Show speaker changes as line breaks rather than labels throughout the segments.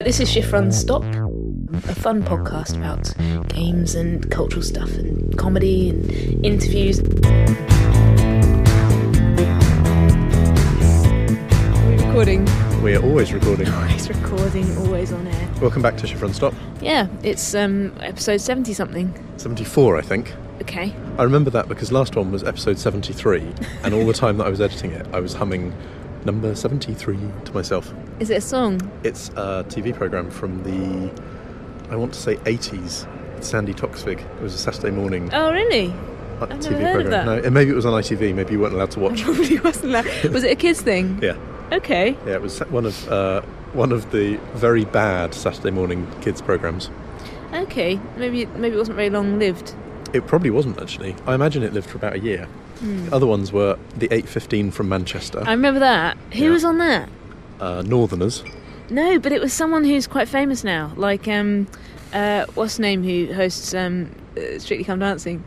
This is Shift Run Stop, a fun podcast about games and cultural stuff and comedy and interviews.
recording.
We're always recording.
Always recording, always on air.
Welcome back to Chiffon Stop.
Yeah, it's um, episode 70 something.
74, I think.
Okay.
I remember that because last one was episode 73, and all the time that I was editing it, I was humming number 73 to myself.
Is it a song?
It's a TV programme from the, I want to say 80s. It's Sandy Toxvig. It was a Saturday morning
Oh, really?
uh,
never
TV
heard of
programme.
that.
No, and maybe it was on ITV. Maybe you weren't allowed to watch.
Probably wasn't that. Was it a kids thing?
yeah,
Okay.
yeah. It was one of uh, one of the very bad Saturday morning kids programs.
Okay. Maybe maybe it wasn't very long lived.
It probably wasn't actually. I imagine it lived for about a year. The other ones were the 815 from Manchester,
I remember that. Who
Yeah.
was on that?
uh, Northerners.
No, but it was someone who's quite famous now. Like, um, uh, what's her name who hosts um, uh, Strictly Come Dancing?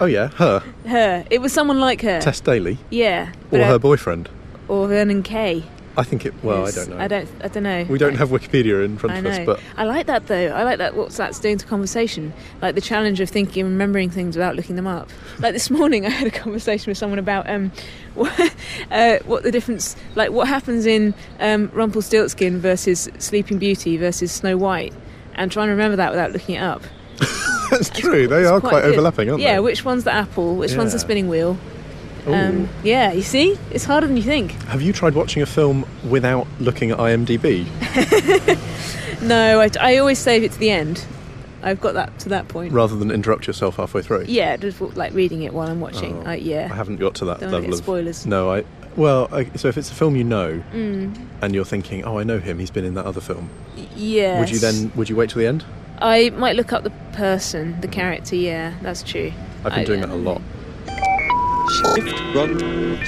Oh yeah, her
Her. It was someone like her.
Tess Daly
Yeah.
or
but, uh,
her boyfriend.
or Vernon Kay.
I think it. Well, I
who's-
don't know.
I don't. I don't know.
We don't have Wikipedia in front
I
of
know.
us, but
I like that though. I like that. What's that's doing to conversation? Like the challenge of thinking and remembering things without looking them up. Like this morning, I had a conversation with someone about um, what, uh, what the difference, like what happens in um, Rumpelstiltskin versus Sleeping Beauty versus Snow White, and trying to remember that without looking it up.
that's true. They
It's
are quite,
good.
overlapping, aren't
yeah,
they?
which one's the apple? Which one's the
Yeah.
spinning wheel?
Ooh.
Um, yeah, you see, it's harder than you think.
have you tried watching a film without looking at IMDb?
No, I, I always save it to the end. I've got that to that point.
rather than interrupt yourself halfway through?
Yeah, just like reading it while I'm watching.
Oh,
I, yeah.
I haven't got to that
Don't wanna
level
get
of
spoilers.
No, I. Well, I, so if it's a film you know
Mm,
and you're thinking, "Oh, I know him. He's been in that other film,"
yes.
would you then? Would you wait till the end?
I might look up the person, the character. Yeah, that's true.
Mm. I've been
I-
doing that a lot.
Shift, run.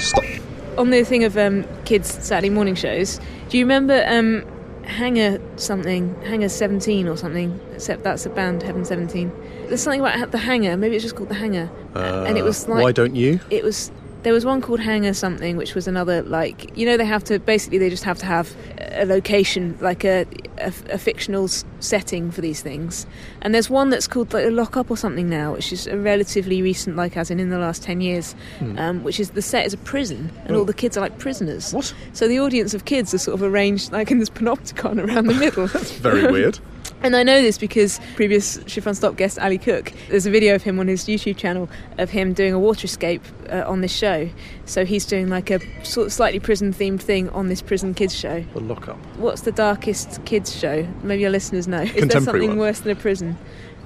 On the thing of um, kids Saturday morning shows, do you remember um, Hanger something, Hanger Seventeen or something? Except that's a band, Heaven Seventeen. There's something about the Hanger. Maybe it's just called the Hanger.
Uh,
and it was like
why don't you?
it was there was one called Hanger something, which was another like you know they have to basically they just have to have a location like a a, a fictional s- setting for these things. And there's one that's called like a lockup or something now, which is a relatively recent, like as in in the last ten years, um, which is the set is a prison and all
Hmm. Oh.
the kids are like prisoners.
What?
So the audience of kids are sort of arranged like in this panopticon around the middle.
That's very weird.
And I know this because previous Chiffon Stop guest Ali Cook, there's a video of him on his YouTube channel of him doing a water escape uh, on this show. So he's doing like a sort of slightly prison themed thing on this prison kids show.
The lockup.
What's the darkest kids show? Maybe your listeners know. Is there
Contemporary
something
one.
worse than a prison?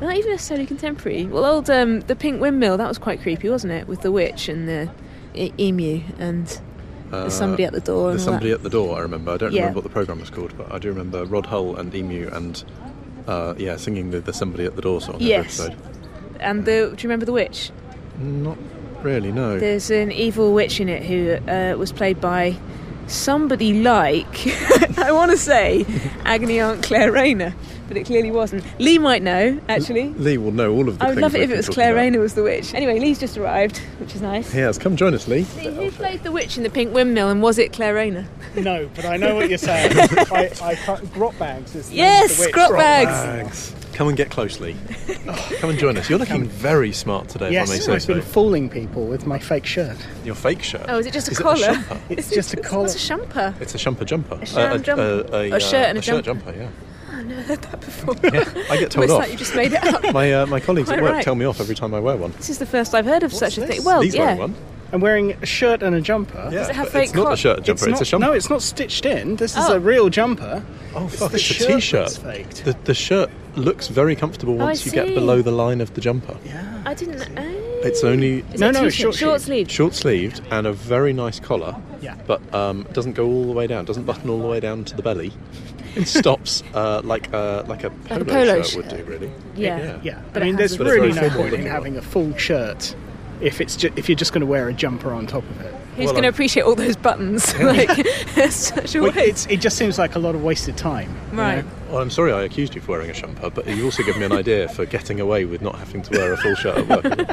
Not even necessarily contemporary. Well, old um, the Pink Windmill that was quite creepy, wasn't it? With the witch and the e- emu and
Uh,
there's somebody at the door. And
There's
all that.
somebody at the door. I remember. I don't
Yeah.
remember what the program was called, but I do remember Rod Hull and Emu and uh, yeah, singing the "There's Somebody at the Door" song. every
Yes.
episode.
And the, do you remember the witch?
Not really. No.
There's an evil witch in it who uh, was played by somebody like, I want to say, Agony Aunt Claire Rayner, but it clearly wasn't. Lee might know, actually.
Lee will know all of the.
I would
things
love it
we've
if it
been
was
talking
Claire
about.
Rayner was the witch. Anyway, Lee's just arrived, which is nice.
Yes, come join us, Lee.
Lee, who played the witch in the Pink Windmill, and was it Claire Rayner?
No, but I know what you're saying. I, I can't, grot bags is the name of
Yes,
the witch.
grot bags.
Thanks. Come and get close, Lee. Oh, come and join us. You're looking very smart today, if I may
Yes,
say
I've been
so.
fooling people with my fake shirt.
Your fake shirt.
Oh, is it just a
Is it a
collar?
shumper?
It's just a collar.
What's a shumper?
It's a shumper jumper.
A sham jumper. A shirt and a
shirt jumper. Yeah.
I've never heard that before.
Yeah, I get
Almost
told off.
like you just made it up.
My uh, my colleagues
Quite
at work
right.
tell me off every time I wear one.
this is the first I've heard of such a
this?
thing. Well,
Lee's
yeah.
wearing one.
I'm wearing a shirt and a jumper.
Yeah,
it have
but
fake
it's not
col-
a shirt and jumper. It's,
not,
a shumper.
No, it's not stitched in. This is
Oh.
a real jumper.
Oh
It's
fuck!
the
It's,
shirt
a
that's
t-shirt.
faked.
The, the shirt looks very comfortable
Oh, I
once you get
see.
below the line of the jumper.
Yeah.
I didn't. Oh.
It's only
Is
No,
it
no,
t-shirt?
short
short
sleeve.
sleeve.
short sleeved and a very nice collar.
Yeah.
But um, it doesn't go all the way down. Doesn't button all the way down to the belly. It stops uh, like a like a polo,
a polo
shirt, would
shirt.
do really.
Yeah.
Yeah.
But it
I
has
mean, there's
a- But
it's
really
very
no
formal
point in
looking one.
having a full shirt if it's ju- if you're just going to wear a jumper on top of it.
Who's
Well, um,
going to
I'm-
appreciate all those buttons? like, that's such a
Well,
waste.
it's, it just seems like a lot of wasted time. you know?
Right.
Well, I'm sorry I accused you of wearing a shumper, but you also give me an idea for getting away with not having to wear a full shirt at work.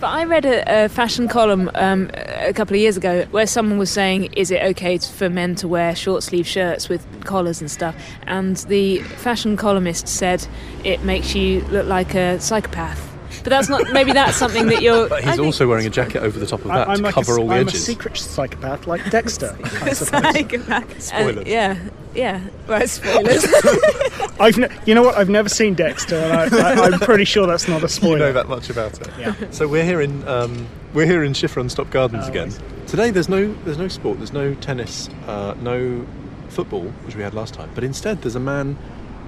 But I read a, a fashion column um, a couple of years ago where someone was saying, "Is it okay t- for men to wear short sleeve shirts with collars and stuff?" And the fashion columnist said, "It makes you look like a psychopath." But that's not. Maybe that's something that you're.
But
I
he's
think-
also wearing a jacket over the top of that
I, am
to
like
cover
a,
all the
I'm a
edges.
secret psychopath like Dexter. I suppose.
psychopath.
Spoilers.
And- yeah, yeah. Right, spoilers.
I've ne- you know what? I've never seen Dexter, and I, I, I'm pretty sure that's not a
you
spoiler.
know that much about it.
Yeah.
So we're here in um, we're here in Schifrin Stop Gardens
Oh, I
again.
see.
Today there's no there's no sport, there's no tennis, uh, no football, which we had last time. But instead there's a man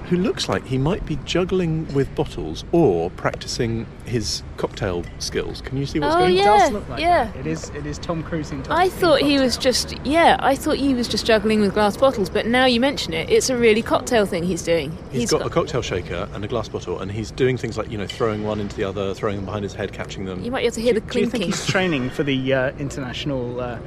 who looks like he might be juggling with bottles or practicing his cocktail skills. Can you see what's
Oh,
going
It
yeah.
on?
does look like
yeah.
that. It is. It is Tom Cruise in. Tom
I
in
thought he was
Cocktail.
just yeah. I thought he was just juggling with glass bottles, but now you mention it, it's a really cocktail thing he's doing.
he's got, a cocktail shaker and a glass bottle, and he's doing things like you know throwing one into the other, throwing them behind his head, catching them.
You might be able to hear the
Do you think
clinking.
he's training for the uh, international uh,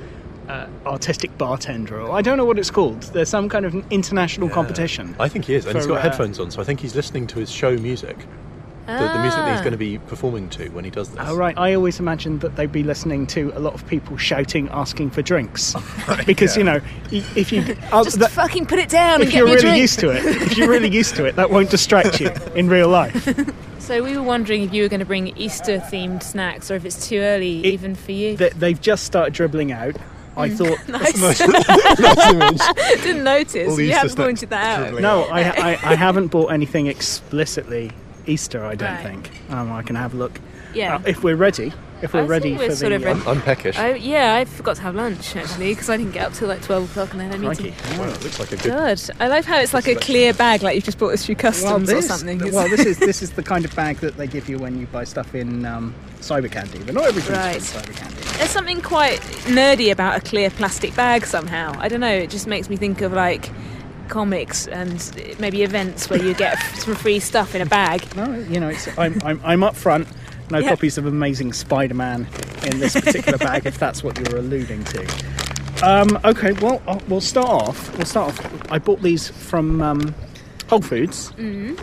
uh, artistic bartender? Or I don't know what it's called. There's some kind of international
Yeah.
competition.
I think he is, and he's
for,
got
uh,
headphones on, so I think he's listening to his show music, the, the music that
Ah.
he's going to be performing to when he does this.
Oh, right. I always imagined that they'd be listening to a lot of people shouting, asking for drinks, because you know, i- if you uh,
Just
that-
fucking put it down and
if
get
you're
me a
really
drink.
used to it, if you're really used to it, that won't distract you in real life.
So we were wondering if you were going to bring Easter-themed snacks, or if it's too early
It-
even for you.
They, they've just started dribbling out. I thought.
Mm. nice. Didn't notice.
All
You
Easter
haven't
snacks
pointed that out.
dribbling.
No, I, I, I haven't bought anything explicitly Easter. I don't
Right.
think. Um, I can have a look.
Yeah.
Uh, if we're ready, if we're
I think
ready
we're
for
sort
the
of
um,
ready.
I'm peckish.
I, yeah, I forgot to have lunch actually because I didn't get up till like twelve o'clock and then I need
crikey.
to.
Wow, it looks like a good.
Good. I like how it's like a clear bag, like you've just bought us through customs or something. It's-
well, this is this is the kind of bag that they give you when you buy stuff in um, cyber candy, but not everything's
Right.
from cyber candy.
There's something quite nerdy about a clear plastic bag somehow. I don't know, it just makes me think of like comics and maybe events where you get f- some free stuff in a bag.
No, you know, it's, I'm, I'm I'm up front. No
Yeah.
copies of Amazing Spider-Man in this particular bag, if that's what you're alluding to. Um, okay, well, uh, we'll start off. We'll start off. I bought these from um, Whole Foods.
Mm-hmm.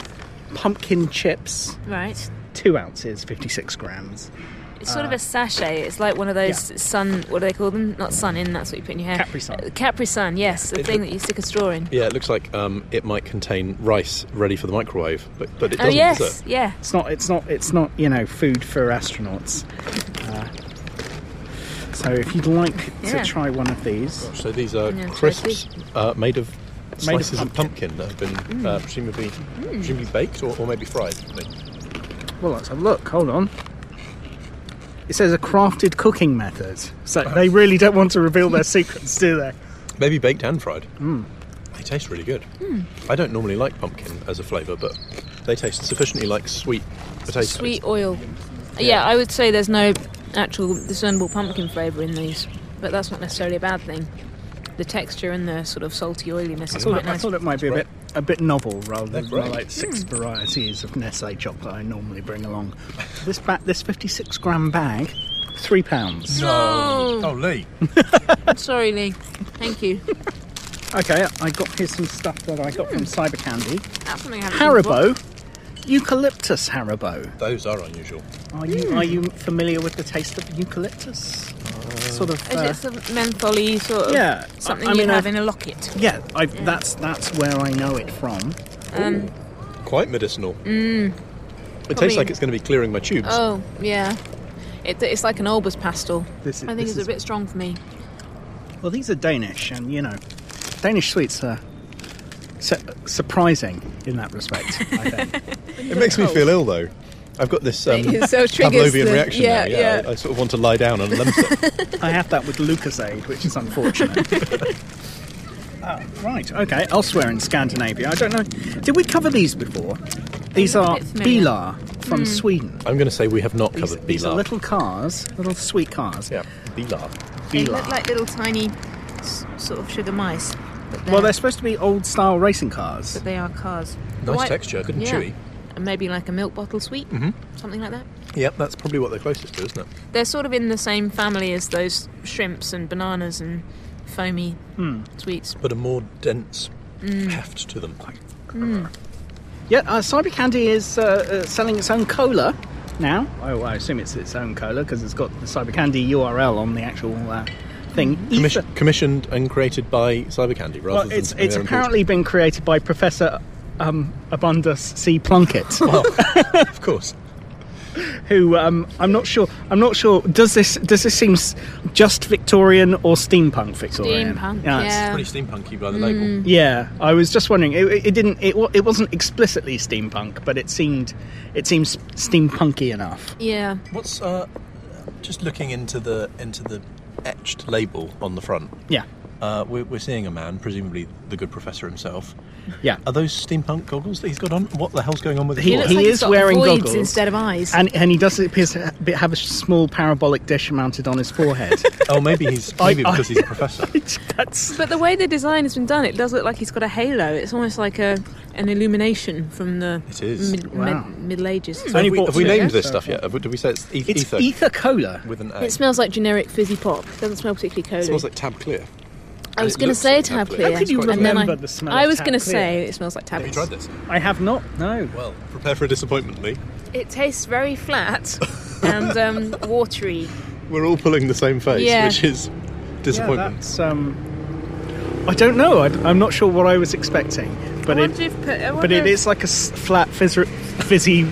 Pumpkin chips,
Right.
two ounces, fifty-six grams.
It's sort of a sachet. It's like one of those sun, what do they call them? Not sun in, that's what you put in your hair.
Capri Sun.
Uh, Capri Sun, yes, the
It
thing
look-
that you stick a straw in.
Yeah, it looks like um, it might contain rice ready for the microwave, but, but it
Oh,
doesn't. Does
yes,
it?
yeah.
It's not. It's not. It's not. You know, food for astronauts. Uh, so, if you'd like
Yeah.
to try one of these,
So these are
Yeah,
crisps uh, made of slices of
pumpkin.
pumpkin that have been
Mm.
uh, presumably presumably baked or, or maybe fried. I think.
well, let's have a look. Hold on. It says a crafted cooking method. So they really don't want to reveal their secrets, do they?
Maybe baked and fried. They taste really good. I don't normally like pumpkin as a flavour, but they taste sufficiently like sweet potatoes.
Sweet oil. Yeah, I would say there's no actual discernible pumpkin flavour in these, but that's not necessarily a bad thing. The texture and the sort of salty oiliness
I
is
thought,
quite
it, I
nice. Hmm.
thought it might be a bit a bit novel rather than
They're
the,
great.
like six varieties of Nestle chocolate I normally bring along. This ba- this fifty-six gram bag, three pounds.
No.
Oh, Lee.
Sorry, Lee. Thank you.
Okay, I got here some stuff that I
Hmm.
got from Cyber Candy.
That's something I haven't seen before.
Haribo, eucalyptus Haribo.
Those are unusual.
Are you
Hmm.
are you familiar with the taste of eucalyptus? sort of. uh,
Is it some mentholy sort of
yeah,
something
I, I mean,
you have
I've-
in a locket?
yeah, i that's that's where I know it from.
Um,
Quite medicinal. It
Mm. Probably-
tastes like it's going to be clearing my tubes.
oh, yeah. It, it's like an Olbers pastel.
This is,
I think
this
it's
is-
a bit strong for me.
Well, these are Danish, and you know, Danish sweets are su- surprising in that respect. I think.
It makes me feel ill though. I've got this um,
It so triggers
Pavlovian
the-
reaction.
yeah,
now. yeah.
yeah.
I, I sort of want to lie down and limp.
I have that with Lucasade, which is unfortunate. Ah, right. Okay. Elsewhere in Scandinavia, I don't know. Did we cover these before? These
look a
are
bit familiar. Hmm.
bilar from Sweden.
I'm going to say we have not
These,
covered
these are
Bilar.
little cars, little sweet cars.
yeah, Bilar.
They
Bilar.
look like little tiny s- sort of sugar mice. But
well, they're supposed to be old style racing cars.
but they are cars.
Nice
White-
texture, good and
yeah.
chewy.
And maybe like a milk bottle sweet, mm-hmm. something like that.
Yep, that's probably what they're closest to, isn't it?
They're sort of in the same family as those shrimps and bananas and foamy
Hmm.
sweets.
But a more dense
Mm.
heft to them.
Yeah, uh, Cyber Candy is uh, uh, selling its own cola now. Oh, I assume it's its own cola because it's got the Cybercandy URL on the actual uh, thing.
Commission,
Ether-
commissioned and created by Cybercandy, rather
well,
than
it's
something
it's
they're
apparently been created by Professor um, Abundus C. Plunkett.
importing. of course.
who um, I'm not sure. I'm not sure. Does this does this seem s- just Victorian or steampunk Victorian?
Steampunk,
it's-
yeah.
Pretty steampunky by the label.
yeah. I was just wondering. It, it didn't. It, wa- it wasn't explicitly steampunk, but it seemed it seems steampunky enough.
Yeah.
What's uh, just looking into the into the etched label on the front?
Yeah,
Uh, we're, we're seeing a man, presumably the good professor himself.
yeah.
Are those steampunk goggles that he's got on? What the hell's going on with the
He-
He looks
drawers?
like
is
he's got
wearing
voids
goggles.
instead of eyes.
And and he does appear to ha- have a small parabolic dish mounted on his forehead.
Oh, maybe he's
I-
maybe because he's a professor.
That's
but the way the design has been done, it does look like he's got a halo. It's almost like a an illumination from the
It is.
mid,
Wow.
mid- Middle Ages.
So have we, have we
two,
named
yeah.
this stuff yet? Have we- Did we say it's, e-
it's
ether
ether, cola.
with an A?
It smells like generic fizzy pop. It doesn't smell particularly cozy.
It smells like tab clear.
I was
it
going to
looks
say
like
tab
tab
clear.
clear.
How could you
and then I,
remember the smell
I
of
was
tab
going to
clear?
say it smells like tab.
Have you tried this?
I have not. No.
Well, prepare for a disappointment, Lee.
It tastes very flat and um, watery.
We're all pulling the same face,
Yeah.
which is
Yeah,
disappointment.
that's, um, I don't know. I, am not sure what I was expecting, but
I
it,
wonder if, put- I
but
wonder
it
if-
is like a s- flat, fizzy, fizzy,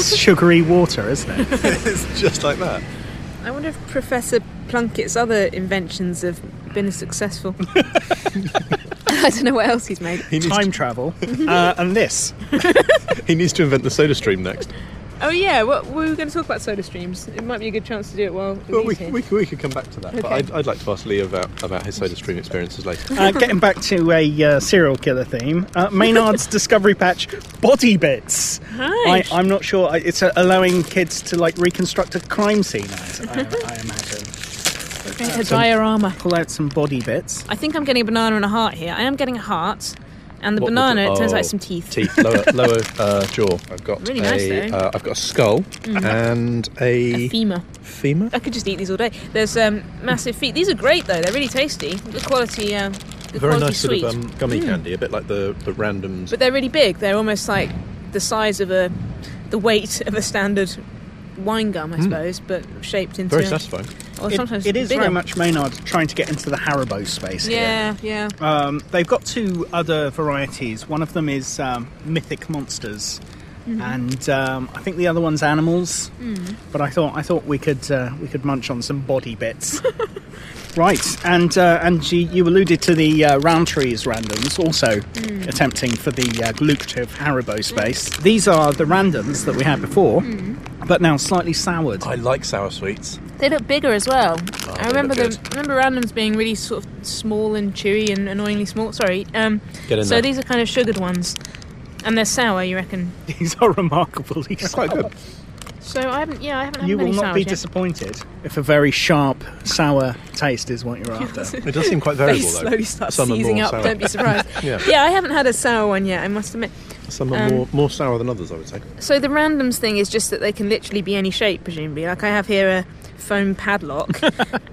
sugary water, isn't it?
it's just like that.
I wonder if Professor Plunkett's other inventions have been as successful. I don't know what else he's made.
He needs,
Time travel uh, and this.
he needs to invent the soda stream next.
Oh yeah, what, we were going to talk about soda streams. It might be a good chance to do it while
Well, we,
he's here.
we, we could come back to that, but
Okay.
I'd, I'd like to ask Lee about, about his soda stream experiences later.
Uh, getting back to a uh, serial killer theme, uh, Maynard's Discovery Patch body bits. I,
Nice.
I'm not sure. I- It's uh, allowing kids to like reconstruct a crime scene. I, I, I imagine.
a diorama.
Pull out some body bits.
I think I'm getting a banana and a heart here. I am getting a heart, and the
What- what-
banana it turns out
oh,
it's some teeth.
Teeth, lower, lower uh, jaw. I've got
Really
a,
nice, though. Mm.
uh, I've got a skull and a,
A femur.
femur.
I could just eat these all day. There's um, massive feet. These are great though. They're really tasty. Good quality. Uh, good
Very
quality
nice
sweet. Mm.
sort of um, gummy candy, a bit like the the randoms.
but they're really big. They're almost like the size of a, the weight of a standard wine gum, I suppose, but shaped into.
Very satisfying.
Or
Hmm. It-
sometimes
it is
bigger.
very much Maynard trying to get into the Haribo space. here.
Yeah, yeah.
Um, they've got two other varieties. One of them is um, mythic monsters,
Mm-hmm.
and um, I think the other one's animals.
Mm.
But I thought I thought we could uh, we could munch on some body bits. right, and uh, and you, you alluded to the uh, Roundtree's randoms also
Mm.
attempting for the uh, lucrative Haribo space. These are the randoms that we had before,
Mm.
but now slightly soured.
I like sour sweets.
They look bigger as well.
Oh,
they
I remember
look
them. I remember randoms being really sort of small and chewy and annoyingly small. Sorry. Um,
Get in
so
there.
these are kind of sugared ones, and they're sour. You reckon?
These are remarkably
Quite
sour.
good.
So I haven't. Yeah, I haven't. had
You will
many
not
sours
be
yet.
disappointed if a very sharp, sour taste is what you're after.
It does seem quite
They
variable though.
slowly start
Some are
seizing
more
up.
sour.
Don't be surprised.
Yeah.
yeah, I haven't had a sour one yet. I must admit.
Some are
Um,
more, more sour than others, I would say.
So the randoms thing is just that they can literally be any shape, presumably. Like I have here a foam padlock,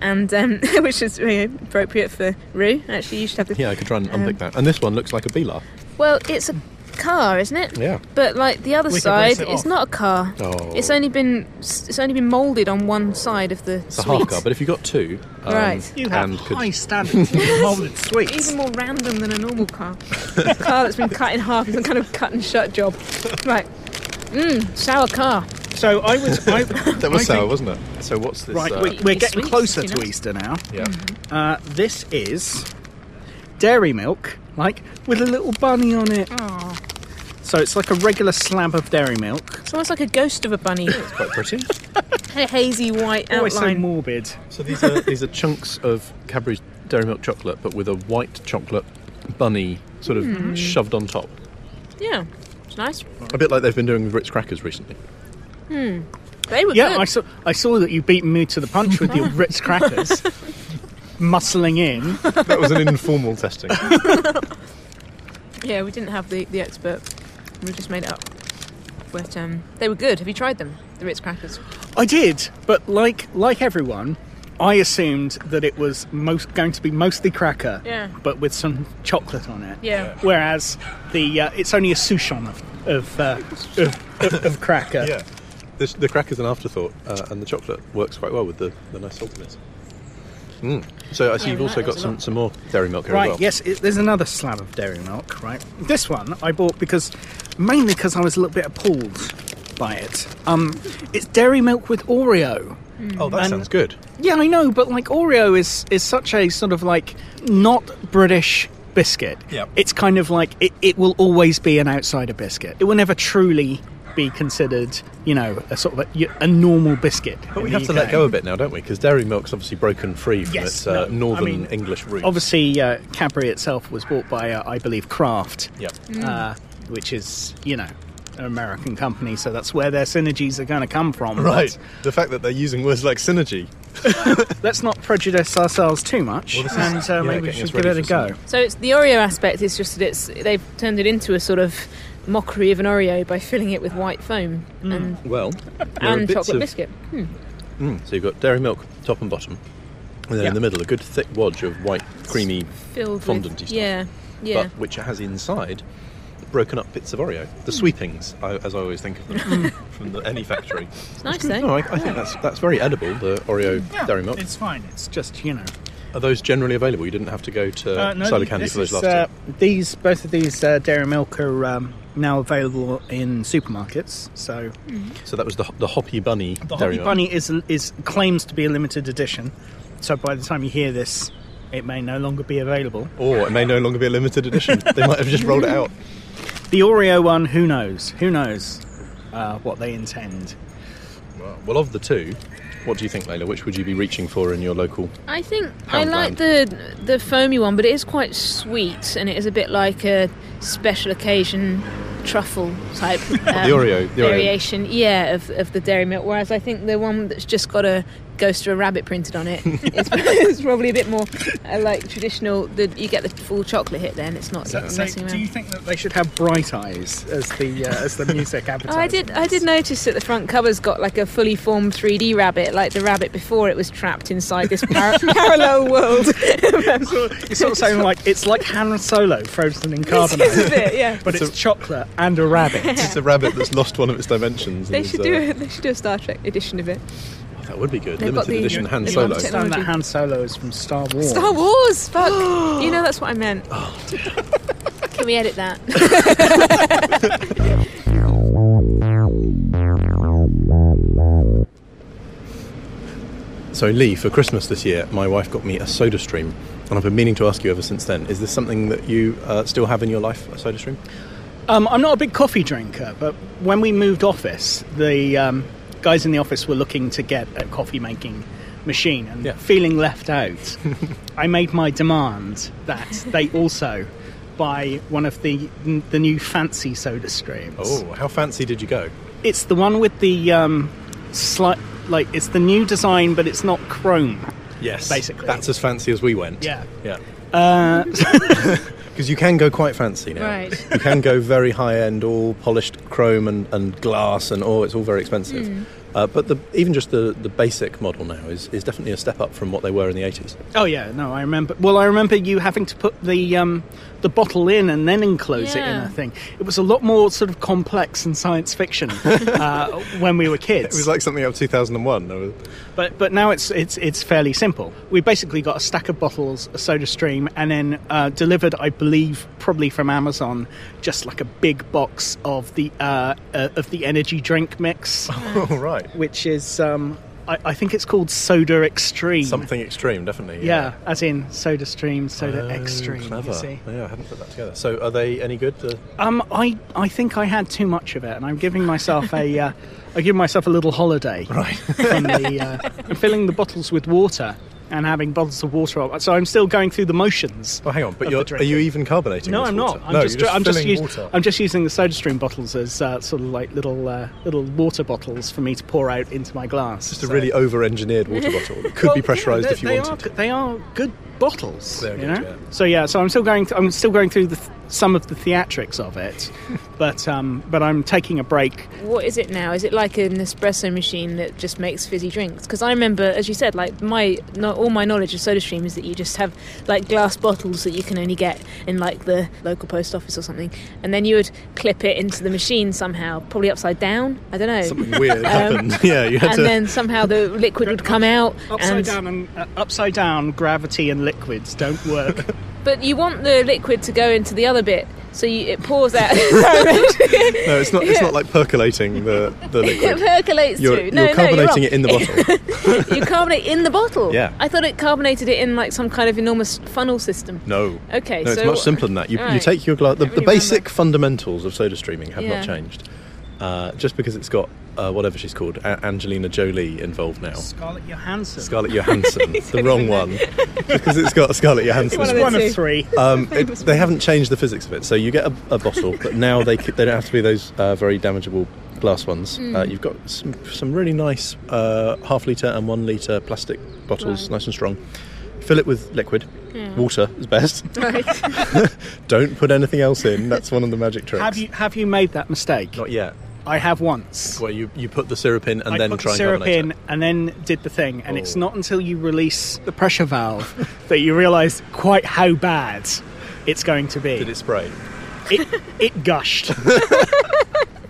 and um, which is you know, appropriate for Rue. Actually, you should have the.
Yeah, I could try
Um,
and unpick that. And this one looks like a beeler.
Well, it's a car, isn't it?
Yeah.
But like the other
We could race
side,
it
it's
off.
not a car.
Oh.
It's only been it's only been moulded on one side of the.
It's a half car, but if you got two, um,
Right.
You have
and could-
high standards in moulded sweets.
Even more random than a normal car. a car that's been cut in half, some kind of cut and shut job. Right. Mmm, sour car.
So I was. I,
that was
I
sour,
think-
wasn't it? So what's this?
Right,
uh,
we, we're
It's
getting
sweet,
closer
you
to
know.
Easter now.
yeah.
Mm-hmm.
Uh, this is dairy milk, like with a little bunny on it.
Oh,
So it's like a regular slab of dairy milk.
it's almost like a ghost of a bunny.
It's quite pretty.
a hazy white
Always so
outline.
Oh, morbid.
So these are these are chunks of Cadbury's Dairy Milk chocolate, but with a white chocolate bunny sort of
Mm-hmm.
shoved on top.
yeah, it's nice.
A bit like they've been doing with Ritz crackers recently.
They were
Yeah,
good.
I saw. I saw that you beat me to the punch with your Ritz crackers, muscling in.
That was an informal testing.
Yeah, we didn't have the, the expert. We just made it up. But um, they were good. Have you tried them? The Ritz crackers.
I did, but like like everyone, I assumed that it was most going to be mostly cracker,
Yeah.
but with some chocolate on it.
Yeah.
Whereas the uh, it's only a souchon of of, uh, of, of, of cracker.
yeah. the, the cracker's an afterthought, uh, and the chocolate works quite well with the, the nice saltiness. Mm. So I see
Yeah,
you've
that
also got
is a
some,
lot.
some more dairy milk here
Right,
as well.
yes, it, there's another slab of dairy milk, right? This one I bought because mainly because I was a little bit appalled by it. Um, it's dairy milk with Oreo.
Mm-hmm.
Oh, that
And-
sounds good.
Yeah, I know, but like Oreo is is such a sort of like not British biscuit.
Yep.
It's kind of like it, it will always be an outsider biscuit. It will never truly be considered, you know, a sort of a, a normal biscuit.
But
in
we
the
have to
UK.
let go a bit now, don't we? Because dairy milk's obviously broken free from
Yes,
its uh,
no, I
northern
mean,
English roots.
Obviously, uh, Cadbury itself was bought by, uh, I believe, Kraft,
Yeah.
uh, which is, you know, an American company, so that's where their synergies are going to come from.
Right. The fact that they're using words like synergy.
But let's not prejudice ourselves too much,
Well, this is-
and uh,
yeah,
maybe we
getting us
should give it
ready
a
for
go.
some-
So it's the Oreo aspect is just that it's they've turned it into a sort of mockery of an Oreo by filling it with white foam
Mm.
and,
Well, there are
and
bits
chocolate
of-
biscuit.
Mm, so you've got dairy milk top and bottom, and then
Yeah.
in the middle a good thick wodge of white creamy,
filled
fondant-y
with
stuff.
yeah yeah
but which has inside broken up bits of Oreo.
Hmm.
The sweepings, I, as I always think of them, from the, any factory.
it's nice eh?
No,
though
I, I think that's that's very edible. The Oreo dairy milk.
It's fine. It's just you know.
Are those generally available? You didn't have to go to Solar Candy for those last
uh,
two.
these both of these uh, dairy milk are um, now available in supermarkets. So
So that was the, the Hoppy Bunny
the
dairy
Hoppy
milk.
Bunny is is claims to be a limited edition. So by the time you hear this, it may no longer be available.
Or it may no longer be a limited edition. they might have just rolled it out.
The Oreo one, who knows? Who knows uh, what they intend?
Well, of the two, what do you think, Layla? Which would you be reaching for in your local?
I think I
Pound
like the the foamy one but it is quite sweet and it is a bit like a special occasion truffle type um,
Oreo- Oh, the Oreo.
variation yeah of, of the dairy milk whereas I think the one that's just got a ghost or a rabbit printed on it is, is probably a bit more uh, like traditional the, you get the full chocolate hit then it's not messing around.
do you think that they should have bright eyes as the uh, as the music
Oh,
advertisement?
I did. I did notice that the front cover's got like a fully formed 3D rabbit, like the rabbit before it was trapped inside this par- parallel world.
It's sort of saying like it's like Han Solo frozen in carbonite.
This is it, yeah.
But it's chocolate and a rabbit.
It's a rabbit that's lost one of its dimensions.
They
and
should
is,
do.
uh,
A, they should do a Star Trek edition of it.
That would be good.
They've got
Limited
the-
edition Han
they've got
Solo.
the
Understand that
technology.
Han Solo is from Star Wars.
Star Wars. Fuck. you know that's what I meant. Can we edit that?
So Lee, for Christmas this year, my wife got me a Soda Stream, and I've been meaning to ask you ever since then. Is this something that you uh, still have in your life, a Soda Stream?
Um, I'm not a big coffee drinker, but when we moved office, the um, guys in the office were looking to get a coffee making machine and
Yeah.
feeling left out. I made my demand that they also buy one of the the new fancy soda streams.
Oh, how fancy did you go?
It's the one with the um, slight like it's the new design, but it's not chrome.
Yes,
Basically.
that's as fancy as we went.
Yeah.
yeah.
Uh,
Because you can go quite fancy now.
Right.
You can go very high end, all polished chrome and, and glass, and oh, it's all very expensive.
Hmm.
Uh, but the, even just the, the basic model now is, is definitely a step up from what they were in the 80s.
Oh yeah, no, I remember. Well, I remember you having to put the um, the bottle in and then enclose it in
Yeah.
a thing. It was a lot more sort of complex and science fiction uh, when we were kids.
like something out of 2001.
but but now it's it's it's fairly simple. We basically got a stack of bottles, a Soda Stream, and then uh, delivered, I believe, probably from Amazon, just like a big box of the uh, uh, of the energy drink mix,
oh, right.
which is um, I, I think it's called Soda Extreme.
Something extreme, definitely.
Yeah, Uh, as in Soda Stream, Soda
Oh,
Extreme.
Clever.
You see.
Yeah, I haven't put that together. So, are they any good? Uh,
Um, I, I think I had too much of it, and I'm giving myself a, uh, I give myself a little holiday. Right. from the, uh, I'm filling the bottles with water and having bottles of water. up. So I'm still going through the motions.
well, hang on, but
Of
you're,
the
are you
drinking.
even carbonating?
No,
this
I'm
water?
not. I'm
no,
just,
you're just
I'm just
filling
us-
water.
I'm just using the soda stream bottles as uh, sort of like little uh, little water bottles for me to pour out into my glass.
just a
So-
really over-engineered water bottle. It could
Well,
be
yeah,
pressurized
they-
if you
they
wanted.
Are, they are good bottles.
There it
you
is,
know?
yeah.
So yeah, so I'm still going. Th- I'm still going through the th- some of the theatrics of it, but um, but I'm taking a break.
What is it now? Is it like an espresso machine that just makes fizzy drinks? Because I remember, as you said, like my not all my knowledge of SodaStream is that you just have like glass bottles that you can only get in like the local post office or something, and then you would clip it into the machine somehow, probably upside down. I don't know.
Something weird
Um,
happened. yeah, you had
and
to.
then somehow the liquid would come out.
Upside
and,
down and uh, upside down gravity and liquids don't work.
But you want the liquid to go into the other bit, so you, it pours out.
no, it's not. It's not like percolating the the
it
liquid.
percolates
You're,
through. No,
you're
no, you're
carbonating
wrong.
it in the bottle.
you carbonate in the bottle.
Yeah.
I thought it carbonated it in like some kind of enormous funnel system.
No.
Okay,
No, it's
so-
much simpler than that. You, you
Alright.
take your glass. The,
Don't
the
really
basic
remember.
fundamentals of soda streaming have
Yeah.
not changed. Uh, just because it's got uh, whatever she's called, a- Angelina Jolie involved now.
Scarlett Johansson.
Scarlett Johansson, the wrong one, because it's got Scarlett Johansson.
One of
It's
the
one
two.
of three.
Um, it, they haven't changed the physics of it, so you get a, a bottle, but now they c- they don't have to be those uh, very damageable glass ones. Uh,
Mm.
you've got some some really nice uh, half liter and one liter plastic bottles,
Right.
nice and strong. Fill it with liquid. Water is best. don't put anything else in. That's one of the magic tricks.
Have you have you made that mistake?
Not yet.
I have once.
Well, you, you put the syrup in and
I
then
put
try
the syrup
and
in
carbonate
and then did the thing, and it's
Oh.
not until you release the pressure valve that you realise quite how bad it's going to be.
it. Did it spray?
it, it gushed.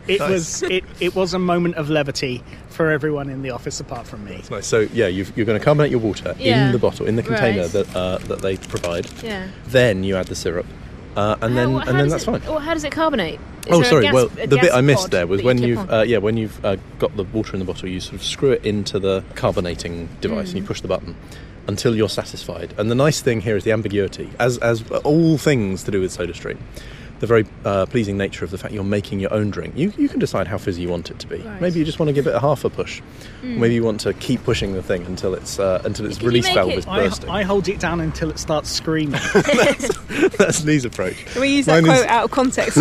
it was it, it was a moment of levity for everyone in the office apart from me.
Nice. So yeah, you've, you're going to carbonate your water
Yeah.
in the bottle, in the container
Right.
that uh, that they provide.
Yeah.
Then you add the syrup, uh, and then
How- how
and then
does
that's
it-
fine.
Or how does it carbonate? Is
oh,
there a
sorry.
gas-
well,
a
the bit
gas
I missed
pod
there was
that you
when
clip
you've
on?
uh, yeah when you've uh, got the water in the bottle, you sort of screw it into the carbonating device
Mm.
and you push the button until you're satisfied. And the nice thing here is the ambiguity, as as all things to do with Soda Stream. The very uh, pleasing nature of the fact you're making your own drink. You, you can decide how fizzy you want it to be.
Right.
Maybe you just want to give it a half a push. Maybe you want to keep pushing the thing until it's uh, until its
Could you
release
make
valve
it-
is
I,
bursting.
I hold it down until it starts screaming.
That's Lee's approach.
Can we use that
Mine
quote
is-
out of context?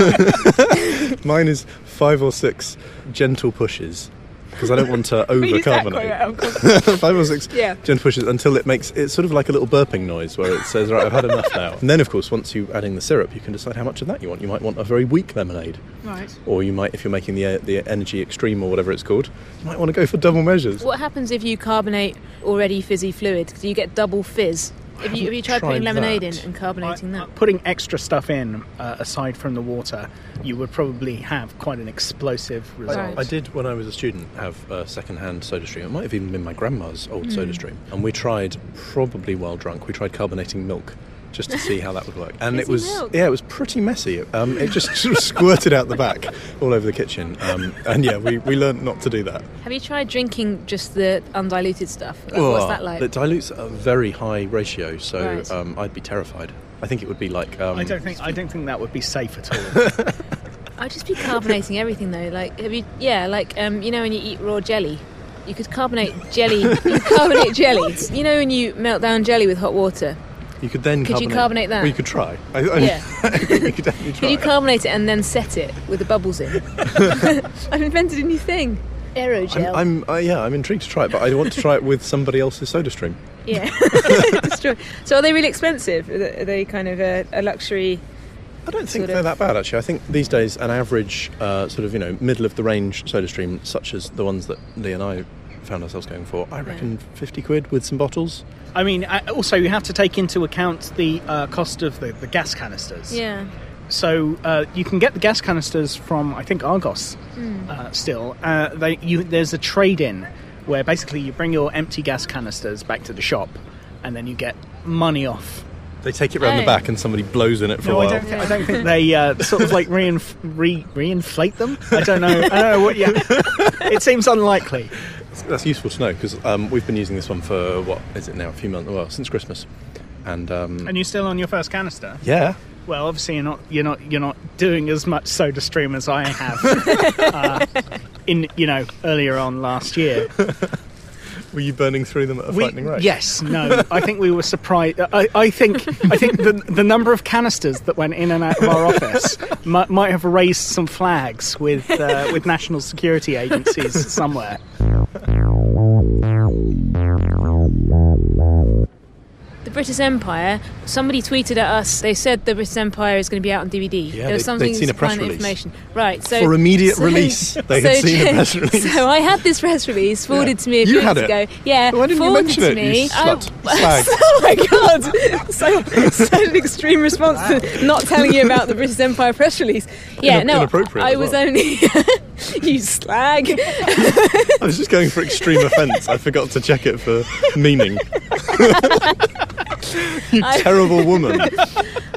Mine is five or six gentle pushes because I don't want to
we use that quote
overcarbonate.
out of context.
five or six
Yeah.
gentle pushes until it makes it's sort of like a little burping noise where it says, "Right, I've had enough now." And then, of course, once you add in the syrup, you can decide how much of that you want. You might want a very weak lemonade,
right.
or you might, if you're making the uh, the energy extreme or whatever it's called, you might want to go for double measures.
What happens if you carbonate already fizzy fluid? Do you get double fizz? Have you, have you tried,
tried
putting lemonade
that.
in and carbonating
I-
that?
I- Putting extra stuff in uh, aside from the water, you would probably have quite an explosive result.
Right.
I did when I was a student have a second-hand soda stream. It might have even been my grandma's old
Hmm.
soda stream, and we tried probably while drunk. We tried carbonating milk just to see how that would work, and it
Fizzy
was
milk.
yeah, it was pretty messy. Um, it just sort of squirted out the back all over the kitchen, um, and yeah, we we learned not to do that.
Have you tried drinking just the undiluted stuff? Like,
Oh,
what's that like?
It dilutes at a very high ratio, so
Right.
um, I'd be terrified. I think it would be like um,
I don't think I don't think that would be safe at all.
I'd just be carbonating everything though. Like, have you? Yeah, like um, you know when you eat raw jelly, you could carbonate jelly. You could carbonate jelly. You know when you melt down jelly with hot water.
you could then
Could you carbonate
carbonate.
that?
Well, you could try. I, I,
Yeah.
I think you could definitely try.
Could you carbonate it and then set it with the bubbles in? I've invented a new thing. Aerogel.
I'm, I'm uh, yeah, I'm intrigued to try it, but I want to try it with somebody else's soda stream.
Yeah. Destroy. So are they really expensive? Are they- are they kind of a, a luxury?
I don't think
Sort
they're
of.
that bad actually. I think these days an average uh, sort of you know middle of the range soda stream, such as the ones that Lee and I found ourselves going for, I reckon fifty quid with some bottles.
I mean, I, also you have to take into account the uh, cost of the, the gas canisters.
Yeah.
So uh, you can get the gas canisters from I think Argos uh, still. Uh, they, you, there's a trade-in where basically you bring your empty gas canisters back to the shop, and then you get money off.
They take it round
Oh.
the back and somebody blows in it for a
No, I
while.
don't. thi- I don't think they uh, sort of like reinf- re- reinflate them. I don't know. I don't know what. Yeah, it seems unlikely.
That's useful to know because um, we've been using this one for what is it now? A few months, well, since Christmas, and. Um,
And you're still on your first canister.
yeah,
Well, obviously you're not you're not you're not doing as much Soda Stream as I have uh, in you know earlier on last year.
were you burning through them at a
We-
frightening rate?
Yes, no. I think we were surprised. I, I think I think the the number of canisters that went in and out of our office might, might have raised some flags with uh, with national security agencies somewhere.
The British Empire, somebody tweeted at us. They said the British Empire is going to be out on DVD.
Yeah,
there was
they-
something
they'd seen a press
kind of
release.
information. Right, so
For immediate
so-
release, they had seen a press release.
So I had this press release forwarded
Yeah.
to me a few
You had
weeks
it?
ago. Yeah,
Why didn't you
forwarded
mention
to
it, you
me.
slut?
I-
Slag.
oh my god! So such an extreme response to not telling you about the British Empire press release. Yeah,
Inap-
no,
inappropriate
I
as
was
well.
only you slag.
I was just going for extreme offence. I forgot to check it for meaning. you
I-
terrible woman.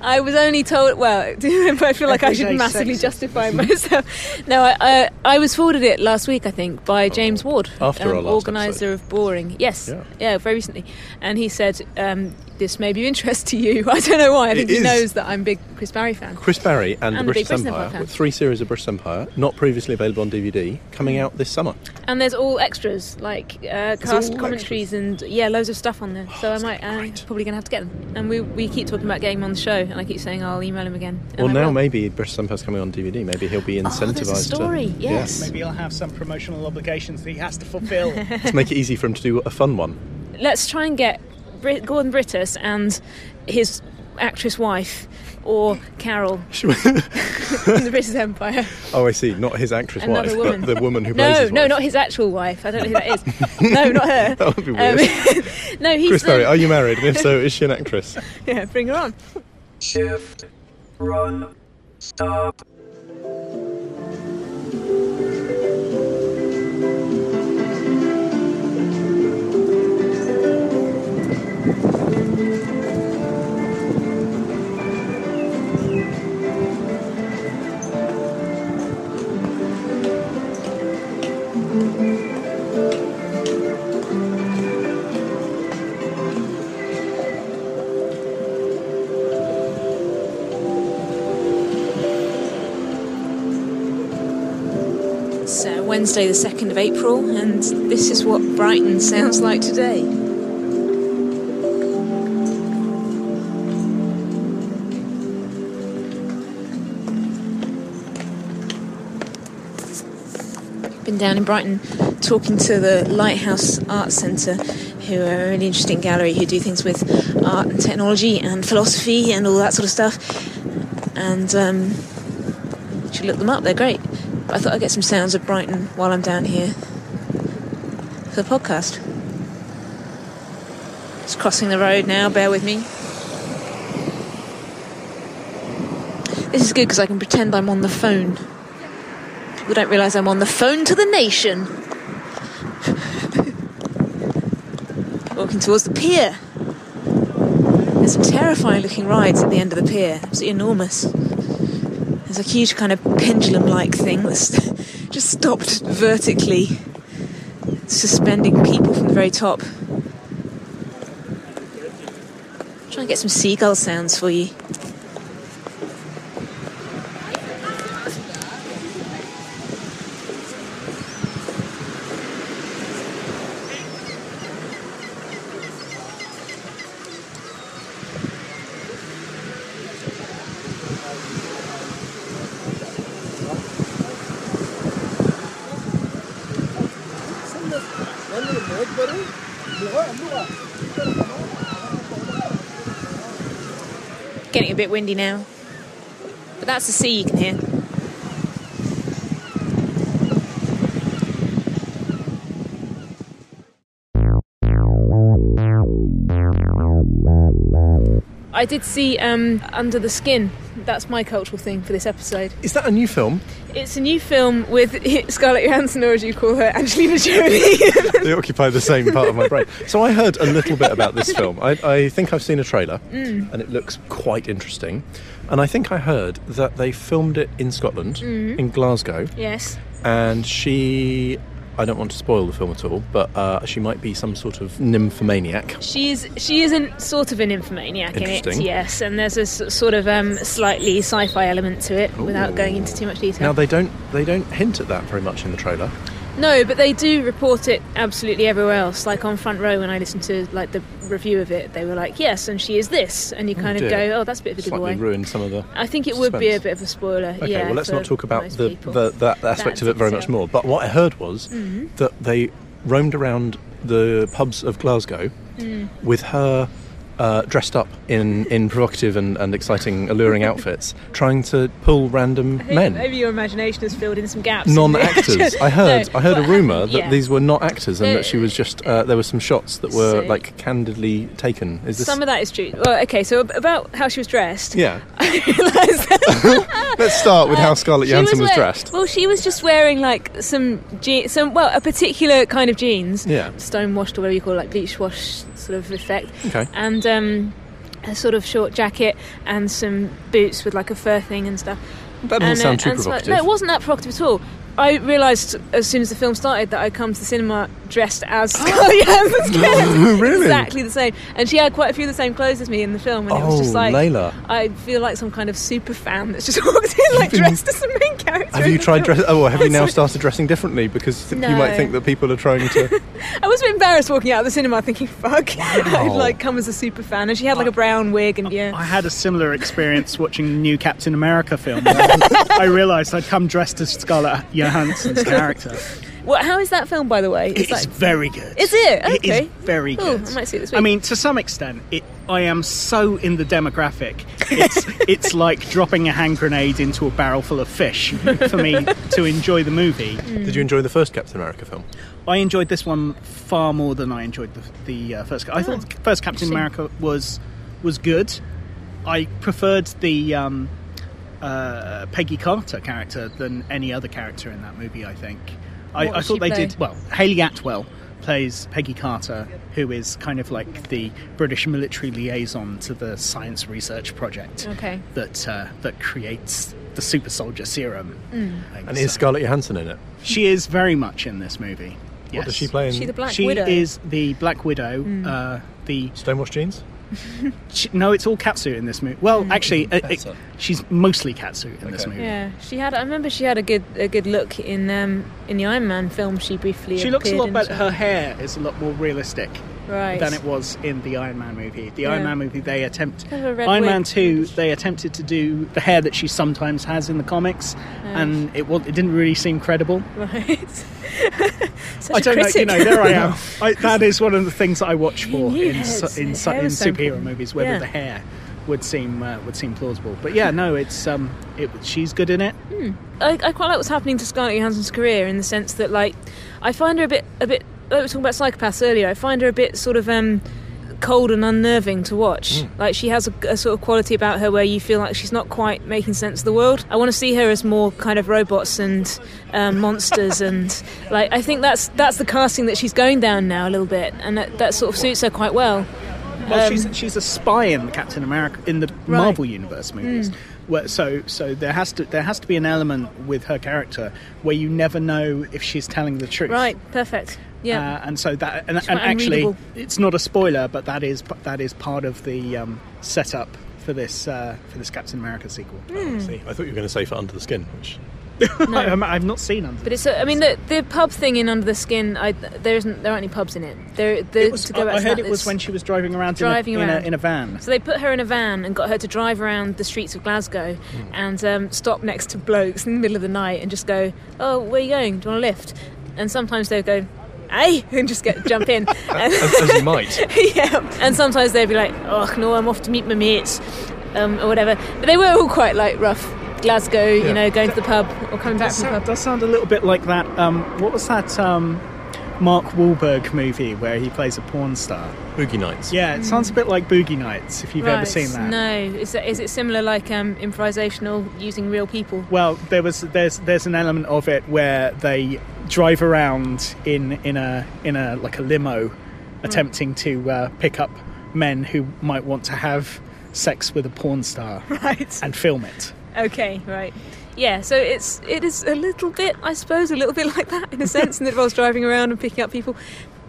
I was only told. Well, I feel like I should
Everyday
massively
sexism.
justify myself. No, I, I I was forwarded it last week, I think, by James Ward, um,
After our last
organizer of Boring. Yes,
Yeah.
yeah. very recently, and he said um, this may be of interest to you. I don't know why. I
It
think
is.
he knows that I'm a big Chris Barry fan.
Chris Barry and, the
And the
British
Big British
Empire,
Empire.
with three series of British Empire, not previously available on DVD, coming out this summer.
And there's all extras like uh,
all
cast commentaries and yeah, loads of stuff on there. so I
that's
might
gonna be
I'm
great.
probably gonna have to get them. And we we keep talking about getting them on the show, and I keep saying I'll email him again. and
well,
I
now
will.
maybe British Empire's coming on DVD. Maybe he'll be
there's a
incentivized.
story,
To, Yeah.
yes.
Maybe he'll have some promotional obligations that he has to fulfil.
Let's make it easy for him to do a fun one.
let's try and get Brit- Gordon Brittus and his actress wife or Carol from the British Empire.
oh, I see. Not his actress
Another
wife,
woman.
but the woman who plays
No,
his
no,
wife.
not his actual wife. I don't know who that is. no, not her.
That would be weird.
Um, no, he's
Chris Berry,
um,
are you married? And if so, is she an actress?
yeah, bring her on.
Shift. Run. Stop.
It's uh, Wednesday, the 2nd of April, and this is what Brighton sounds like today. Been down in Brighton talking to the Lighthouse Art Centre, who are a really interesting gallery who do things with art and technology and philosophy and all that sort of stuff. And um, should look them up, they're great. But I thought I'd get some sounds of Brighton while I'm down here for the podcast. Just crossing the road now, bear with me. This is good because I can pretend I'm on the phone. People don't realise I'm on the phone to the nation. Walking towards the pier. There's some terrifying looking rides at the end of the pier, absolutely enormous. There's a huge kind of pendulum like thing that's just stopped vertically, suspending people from the very top. Try and get some seagull sounds for you. Getting a bit windy now. But that's the sea you can hear. I did see um, Under the Skin. That's my cultural thing for this episode.
Is that a new film?
It's a new film with Scarlett Johansson, or as you call her, Angelina Jolie.
they occupy the same part of my brain. So I heard a little bit about this film. I, I think I've seen a trailer, and it looks quite interesting. And I think I heard that they filmed it in Scotland, in Glasgow,
yes.
and she. I don't want to spoil the film at all, but uh, she might be some sort of nymphomaniac.
She is she is an sort of an infomaniac in it,
Interesting.
yes, and there's a s- sort of um, slightly sci-fi element to it without going into too much detail.
Now they don't they don't hint at that very much in the trailer.
no, but they do report it absolutely everywhere else. Like on front row, when I listened to like the review of it, they were like, "Yes, and she is this," and you kind of
dear.
go, "Oh, that's a bit of a
Slightly
giveaway."
ruined some of the.
I think it would be a
suspense.
bit of a spoiler.
Okay,
yeah,
well, let's
for
not talk about
most
the,
people.
the that aspect
That
of it very much
detail.
more. But what I heard was
Mm-hmm. Mm.
that they roamed around the pubs of Glasgow with her uh, dressed up in, in provocative and, and exciting, alluring outfits, trying to pull random men.
Maybe your imagination has filled in some gaps.
non-actors. I heard. I heard a rumor that
yeah.
these were not actors, and
No,
that she was just. Uh, there were some shots that were
So-
like candidly taken. Is this?
Some of that is true. Well, okay, so ab- about how she was dressed.
yeah.
I realised that
Let's start with how
Uh,
Scarlett
she
Johansson was,
wear-
dressed.
Well, she was just wearing like some je- some well, a particular kind of jeans.
Yeah.
Stone washed or whatever you call it, like bleach wash sort of effect.
Okay.
And um, a sort of short jacket and some boots with like a fur thing and stuff.
That doesn't
And, uh,
sound too
and so-
provocative.
no, it wasn't that provocative at all. I realised as soon as the film started that I'd come to the cinema dressed as Scarlett Johansson's character.
Really?
Exactly the same. And she had quite a few of the same clothes as me in the film, and it was
Oh,
just like
Layla.
I feel like some kind of super fan that's just walked in like
been-
dressed as the main character.
Have
in
you
the
tried
film.
dress? Oh, have you now
Sorry.
started dressing differently because you might
No.
think that people are trying to.
I was a bit embarrassed walking out of the cinema thinking, fuck, I've like come as a super fan. And she had like a brown wig and yeah.
I had a similar experience watching new Captain America film. where I realised I'd come dressed as Scarlett Johansson's character.
What, how is that film, by the way?
It's
like,
very good.
Is it?
It
Okay.
is very
Ooh,
good.
I might see it this
I
week.
mean, to some extent, it, I am so in the demographic. It's it's like dropping a hand grenade into a barrel full of fish for me to enjoy the movie.
Mm.
Did you enjoy the first Captain America film?
I enjoyed this one far more than I enjoyed the, the uh, first. I thought
Hmm.
the first Captain America was was good. I preferred the um, uh, Peggy Carter character than any other character in that movie. I think. I,
What
I
does
thought
she
they
play?
did well. Haley Atwell plays Peggy Carter, who is kind of like the British military liaison to the science research project
okay.
that uh, that creates the super soldier serum.
Hmm.
And is
So-
Scarlett Johansson in it?
she is very much in this movie.
What does
Yes
she play in?
She the Black
she
Widow. Hmm.
is the Black Widow. Uh, the
Stonewashed jeans.
she, no, it's all Katsu in this movie. Well, actually, uh, it-
Better.
she's mostly Katsu in this
Okay.
movie.
Hmm. Yeah, she had. I remember she had a good a good look in um in the Iron Man film. She briefly
She looks a
appeared
lot
in,
better.
so-
Her hair is a lot more realistic
right.
than it was in the Iron Man movie. The Iron
Yeah.
Man movie, they attempt
Kind of a red
Iron
wig.
Man two. They attempted to do the hair that she sometimes has in the comics, and it wa- it didn't really seem credible.
Right. Such
I
a
don't know. You
critic.
know, there I am. I, that is one of the things that I watch for
Yeah,
in su-
it's-
in, su-
hair
in
is so
superhero
important.
movies, whether
Yeah.
the hair would seem uh, would seem plausible. But yeah, no, it's um, it, she's good in it.
I, I quite like what's happening to Scarlett Johansson's career in the sense that, like, I find her a bit, a bit. Like we were talking about psychopaths earlier. I find her a bit sort of um, cold and unnerving to watch. Like, she has a, a sort of quality about her where you feel like she's not quite making sense of the world. I want to see her as more kind of robots and um, monsters, and like, I think that's that's the casting that she's going down now a little bit, and that, that sort of suits her quite well.
Well,
Um,
she's she's a spy in the Captain America in the Marvel Universe
Mm.
movies. Where, so so there has to there has to be an element with her character where you never know if she's telling the truth.
Right. Perfect. Yeah.
Uh, and so that, and, and
quite
actually,
unreadable.
it's not a spoiler, but that is that is part of the um, setup for this uh, for this Captain America sequel.
Hmm.
See, I thought you were going to say for Under the Skin, which
I, I've not seen under.
But it's. I mean, the, the pub thing in Under the Skin. I, there isn't. There aren't any pubs in it. There. The,
It was-
to go back
I, I
to
heard
that,
it was
it's-
when she was driving around,
Driving
in, a, In,
around.
a, in a van.
So they put her in a van and got her to drive around the streets of Glasgow
Hmm.
and um, stop next to blokes in the middle of the night and just go, "Oh, where are you going? Do you want a lift?" And sometimes they'd go, "Hey," and just get jump in. And-
as you might.
yeah. And sometimes they'd be like, "Oh no, I'm off to meet my mates," um, or whatever. But they were all quite like rough. Glasgow,
Yeah.
you know, going to the pub or coming back from
That
the
sound,
pub.
does sound a little bit like that. Um, what was that um, Mark Wahlberg movie where he plays a porn star?
Boogie nights.
Yeah, it sounds a bit like Boogie Nights if you've ever
Hmm. Right.
seen that.
No, is, that, is it similar like um, improvisational using real people?
Well, there was there's there's an element of it where they drive around in in a in a like a limo,
Hmm.
attempting to uh, pick up men who might want to have sex with a porn star
Right.
and film it.
Okay, right. Yeah, so it's it is a little bit, I suppose, a little bit like that in a sense, in that it involves driving around and picking up people.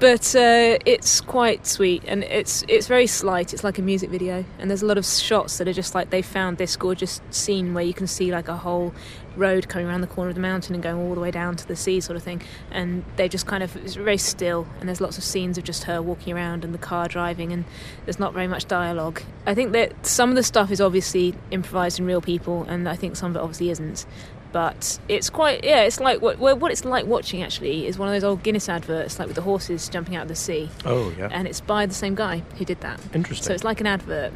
But uh, it's quite sweet, and it's it's very slight. It's like a music video, and there's a lot of shots that are just like they found this gorgeous scene where you can see like a whole road coming around the corner of the mountain and going all the way down to the sea, sort of thing. And they just kind of it's very still, and there's lots of scenes of just her walking around and the car driving, and there's not very much dialogue. I think that some of the stuff is obviously improvised in real people, and I think some of it obviously isn't. But it's quite yeah. It's like what well, what it's like watching actually is one of those old Guinness adverts, like with the horses jumping out of the sea,
Oh, yeah.
and it's by the same guy who did that.
Interesting.
So it's like an advert.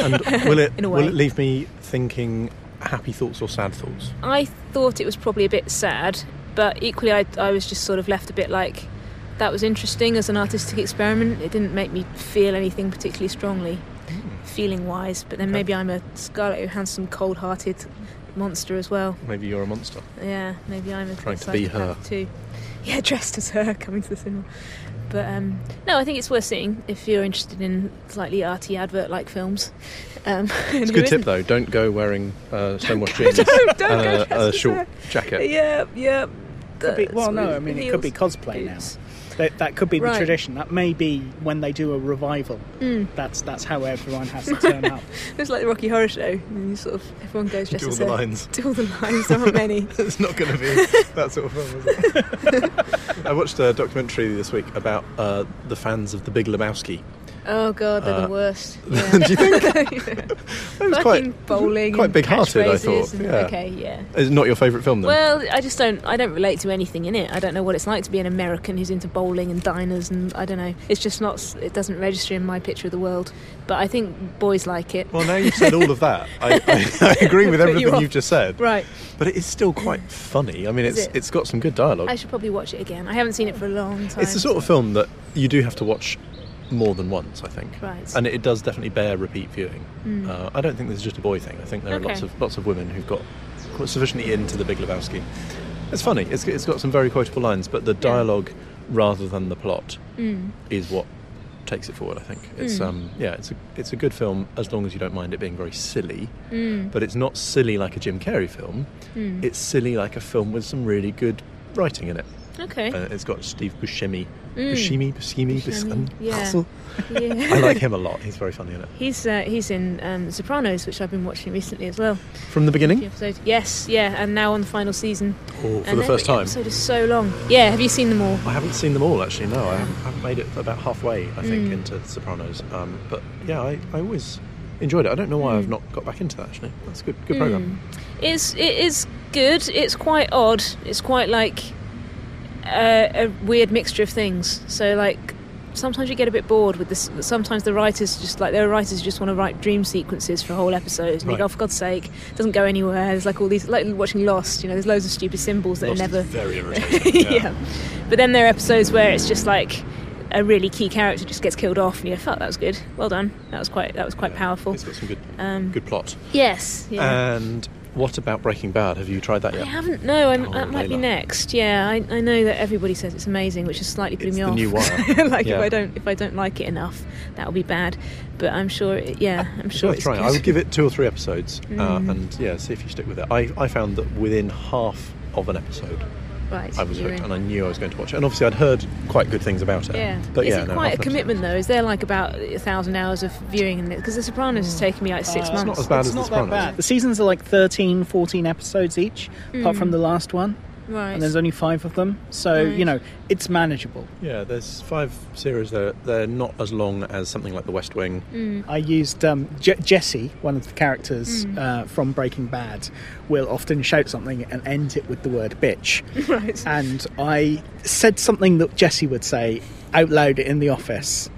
and will it
in a
will
way.
it leave me thinking happy thoughts or sad thoughts?
I thought it was probably a bit sad, but equally, I, I was just sort of left a bit like that was interesting as an artistic experiment. It didn't make me feel anything particularly strongly, Hmm. feeling wise. But then
Okay.
maybe I'm a Scarlett Johansson cold-hearted monster as well.
Maybe you're a monster.
Yeah, maybe I'm a
Trying to be her.
psychopath too. Yeah, dressed as her, coming to the cinema. But um, no, I think it's worth seeing if you're interested in slightly arty advert-like films. Um,
It's a good tip though. Don't go wearing uh, stonewashed jeans,
Don't, don't go
uh,
dressed
a
as her.
short jacket.
Yeah, yeah.
Could be, well,
That's
no,
what
I mean, it
feels.
could be cosplay now.
Boots.
That, that could be the
Right.
tradition. That may be when they do a revival.
Mm.
That's that's how everyone has to turn up.
It's like the Rocky Horror Show. And you sort of everyone goes dressed
Do all
as
the
her.
lines.
Do all the lines. There aren't many.
It's not going to be that sort of film, is it?
I watched a documentary this week about uh, the fans of The Big Lebowski.
Oh god, they're
Uh,
the worst.
do you think? It was
Fucking
quite
bowling.
quite
and
big-hearted, I
catchphrases
thought,
and-
yeah.
Okay, yeah.
It's not your favourite film then.
Well, I just don't. I don't relate to anything in it. I don't know what it's like to be an American who's into bowling and diners, and I don't know. It's just not. s- It doesn't register in my picture of the world. But I think boys like it.
Well, now you've said all of that, I, I, I agree with
Put you
everything
off.
you've just said.
Right.
But it is still quite funny. I mean,
Is
it's
it?
it? has got some good dialogue.
I should probably watch it again. I haven't seen it for a long time.
It's the sort of film that you do have to watch more than once, I think.
Right.
And it does definitely bear repeat viewing.
Mm.
Uh, I don't think this is just a boy thing. I think there are lots
Okay.
of lots of women who've got quite sufficiently into the Big Lebowski. It's funny. It's, it's got some very quotable lines, but the dialogue rather than the plot
Mm.
is what takes it forward. I think it's
Mm.
um yeah it's a it's a good film as long as you don't mind it being very silly,
Mm.
but it's not silly like a Jim Carrey film.
Mm.
It's silly like a film with some really good writing in it.
okay.
Uh, it's got Steve
Eh?
Buscemi.
Mm.
Buscemi,
Buscemi,
Buscemi, Buscemi.
yeah.
Hustle.
Yeah.
I like him a lot. He's very funny in it.
He's uh, he's in um, Sopranos, which I've been watching recently as well.
From the
The
beginning?
episode- Yes, yeah, and now on the final season.
Or for
And
the first
every
time?
Episode is so long. Yeah, have you seen them all?
I haven't seen them all actually. No, I haven't, I haven't made it about halfway. I think
Mm.
into Sopranos. Um, but yeah, I, I always enjoyed it. I don't know why I've
Mm.
not got back into that actually. That's a good good program.
It's it is good. It's quite odd. It's quite like uh, a weird mixture of things. So like. Sometimes you get a bit bored with this. Sometimes the writers just like there are writers who just want to write dream sequences for whole episodes, and you
Right.
go, "Oh, for God's sake, it doesn't go anywhere. There's like all these, like watching Lost. You know, there's loads of stupid symbols that
Lost
are
is
never
very irritating.
yeah. But then there are episodes where it's just like a really key character just gets killed off, and you go, "Fuck, that was good. Well done. That was quite. That was quite
Yeah.
powerful."
It's got some good
Um,
good plot.
Yes. Yeah.
And what about Breaking Bad? Have you tried that
I
yet?
haven't. No, I'm,
Oh,
that might be
Layla.
next. Yeah, I, I know that everybody says it's amazing, which has slightly blew
It's
me
the
off.
new Wire.
like
Yeah.
if I don't if I don't like it enough, that'll be bad. But I'm sure. It, yeah, I'm
It's
sure
worth
it's
trying.
good.
I would give it two or three episodes,
Mm.
uh, and yeah, see if you stick with it. I, I found that within half of an episode,
Right.
I was
you're
hooked,
in.
and I knew I was going to watch it. And obviously, I'd heard quite good things about it.
Yeah,
but
is
yeah,
it
no, half
quite a
an
commitment though? Is there like about a thousand hours of viewing in it? Because The Sopranos has taken me like six months.
Uh, It's
Mm. not as bad
it's
as
not
The
that
Sopranos.
bad. The seasons are like 13, 14 episodes each, apart
Mm.
from the last one,
right.
and there's only five of them. So
Right.
you know it's manageable.
episode. Yeah, there's five series there. They're not as long as something like The West Wing.
Mm.
I used um, Je- Jesse, one of the characters
Mm.
uh, from Breaking Bad, will often shout something and end it with the word bitch.
Right.
And I said something that Jesse would say out loud in the office.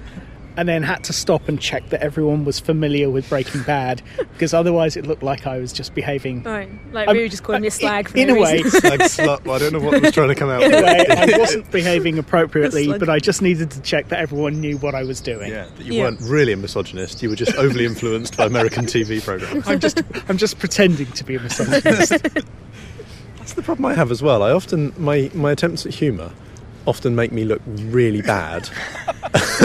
And then had to stop and check that everyone was familiar with Breaking Bad, because otherwise it looked like I was just behaving.
Right. Like
I'm-
Oh,
uh,
we were just calling you a slag for
in
no
a way,
reason.
Slag slut. Well, I don't know what was trying to come out.
in a way, I wasn't behaving appropriately,
Slug.
but I just needed to check that everyone knew what I was doing.
Yeah, that you
Yeah.
weren't really a misogynist. You were just overly influenced by American TV programs.
I'm just, I'm just pretending to be a misogynist.
That's the problem I have as well. I often my my attempts at humour often make me look really bad,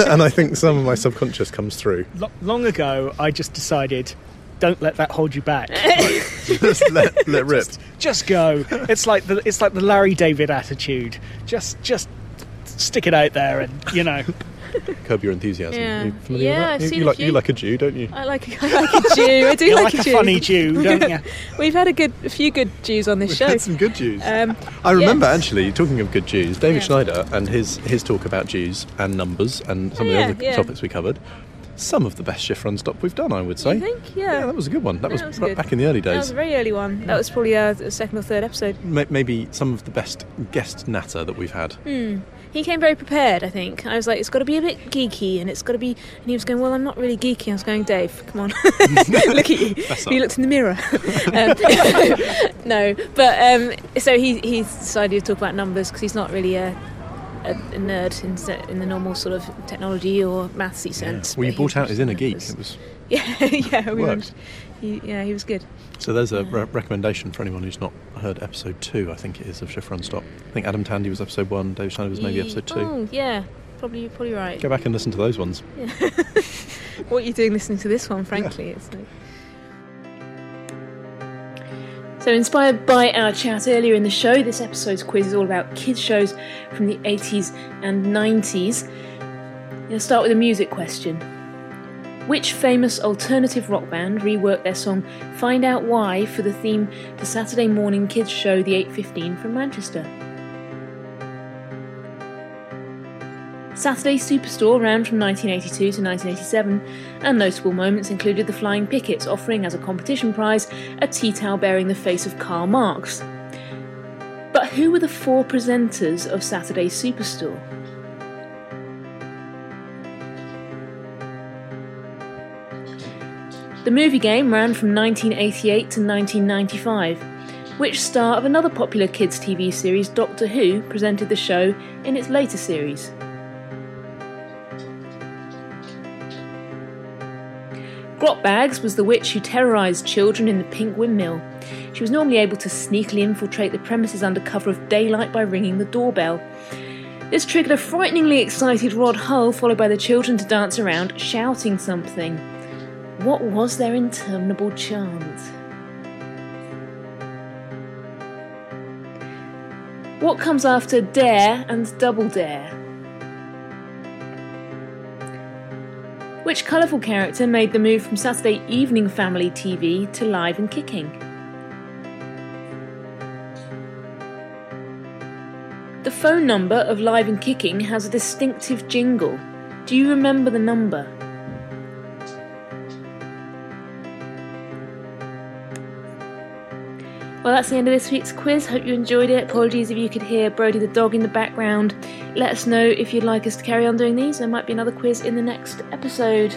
and I think some of my subconscious comes through.
Lo- long ago, I just decided, don't let that hold you back.
just let, let rip.
just go. It's like the, it's like the Larry David attitude. Just, just stick it out there, and you know,
Curb your enthusiasm.
Yeah.
You familiar with
Yeah,
that?
I've
you,
seen
you
a
like
few.
you like a Jew, don't you?
I like, I like a Jew. I do
you're
like,
like a funny Jew, don't you?
We've had a good, a few good Jews on this
We've
show.
had some good Jews.
Um,
I remember
Yes.
actually talking of good Jews,
Yeah.
David Schneider and his his talk about Jews and numbers and some
Oh,
of the
yeah,
other
yeah.
topics we covered some of the best shift run stop we've done, I would say.
I think, yeah.
that was a good one. That
No,
was,
it was
ba-
good.
back in the early
That was
days.
a very early one. That was probably uh, the second or third episode.
Ma- Maybe some of the best guest natter that we've had.
Mm. He came very prepared, I think. I was like, it's got to be a bit geeky, and it's got to be. And he was going, well, I'm not really geeky. I was going, Dave, come on, look at you.
That's
And he
up.
looked in the mirror. um, no, but um, so he he decided to talk about numbers because he's not really a, a, a nerd in, se- in the normal sort of technology or mathsy sense.
Well, you
but
brought
he's
out his inner geek.
numbers.
It was
Yeah, yeah, we managed-
worked.
He, yeah, he was good.
so. There's a re- recommendation for anyone who's not heard episode two. I think it is of Shift Run Stop. I think Adam Tandy was episode one. Dave Schneider was maybe
He-
episode two.
Oh, yeah, probably probably right.
Go back and listen to those ones.
what are you doing listening to this one frankly it's like so inspired by our chat earlier in the show this episode's quiz is all about kids shows from the 80s and 90s let's start with a music question which famous alternative rock band reworked their song find out why for the theme for saturday morning kids show the 8.15 from manchester Saturday Superstore ran from 1982 to 1987, and notable moments included the Flying Pickets offering as a competition prize a tea towel bearing the face of Karl Marx. But who were the four presenters of Saturday Superstore? The movie game ran from 1988 to 1995. Which star of another popular kids' TV series, Doctor Who, presented the show in its later series? Grotbags was the witch who terrorised children in the Pink Windmill. She was normally able to sneakily infiltrate the premises under cover of daylight by ringing the doorbell. This triggered a frighteningly excited Rod Hull, followed by the children to dance around, shouting something. What was their interminable chant? What comes after dare and double dare? Which colourful character made the move from Saturday evening family TV to live and kicking? The phone number of Live and Kicking has a distinctive jingle. Do you remember the number? Well, that's the end of this week's quiz. Hope you enjoyed it. Apologies if you could hear Brody the dog in the background. Let us know if you'd like us to carry on doing these. There might be another quiz in the next episode.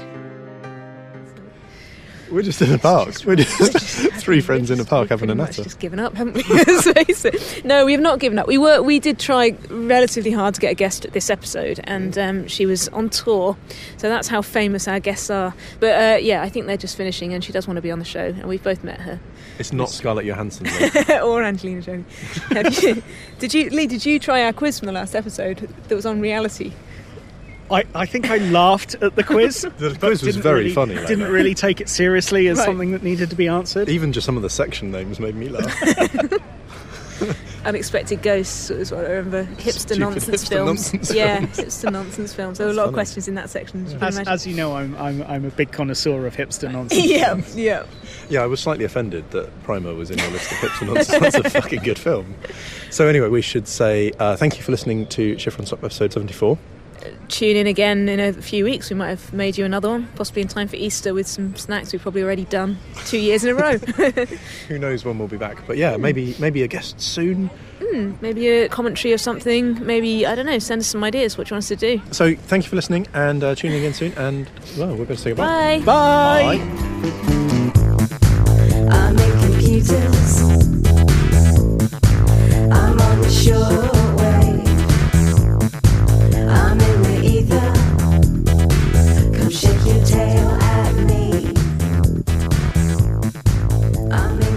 We're just in a park. We're just three friends in a park having a natter.
Just given up, haven't we? Let's face it. No, we have not given up. We were we did try relatively hard to get a guest at this episode, and
Mm.
um, she was on tour, so that's how famous our guests are. But uh, yeah, I think they're just finishing, and she does want to be on the show, and we've both met her
It's not Scarlett Johansson. though.
or Angelina Jolie. Have you- did you Lee? Did you try our quiz from the last episode that was on reality?
I, I think I laughed at the quiz.
The
but
quiz was
didn't
very
really-
funny.
Didn't really take it seriously as
Right.
something that needed to be answered.
Even just some of the section names made me laugh.
Unexpected Ghosts is what I remember. Hipster
Stupid
nonsense
hipster
films.
nonsense
yeah, hipster nonsense films. There were a
That's
lot of
funny.
questions in that section. as you can
As,
imagine.
as you know, I'm, I'm I'm a big connoisseur of hipster nonsense.
yeah, yeah.
Yeah, I was slightly offended that Primer was in your list of clips and nonsense. That's a fucking good film. So anyway, we should say uh, thank you for listening to Shift on Stop episode 74.
tune in again in a few weeks. We might have made you another one, possibly in time for Easter with some snacks we've probably already done two years in a row.
Who knows when we'll be back, but yeah, maybe maybe a guest soon.
maybe a commentary or something. Maybe, I don't know, send us some ideas what you want us to do.
So thank you for listening and uh, tune in again soon. And well, we're going to say goodbye.
Bye.
Bye.
I make computers. I'm on the shortwave. I'm in the ether. Come shake your tail at me. I'm in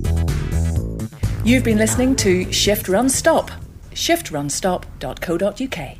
computers.
You've been listening to Shift Run Stop, shiftrunstop.co.uk.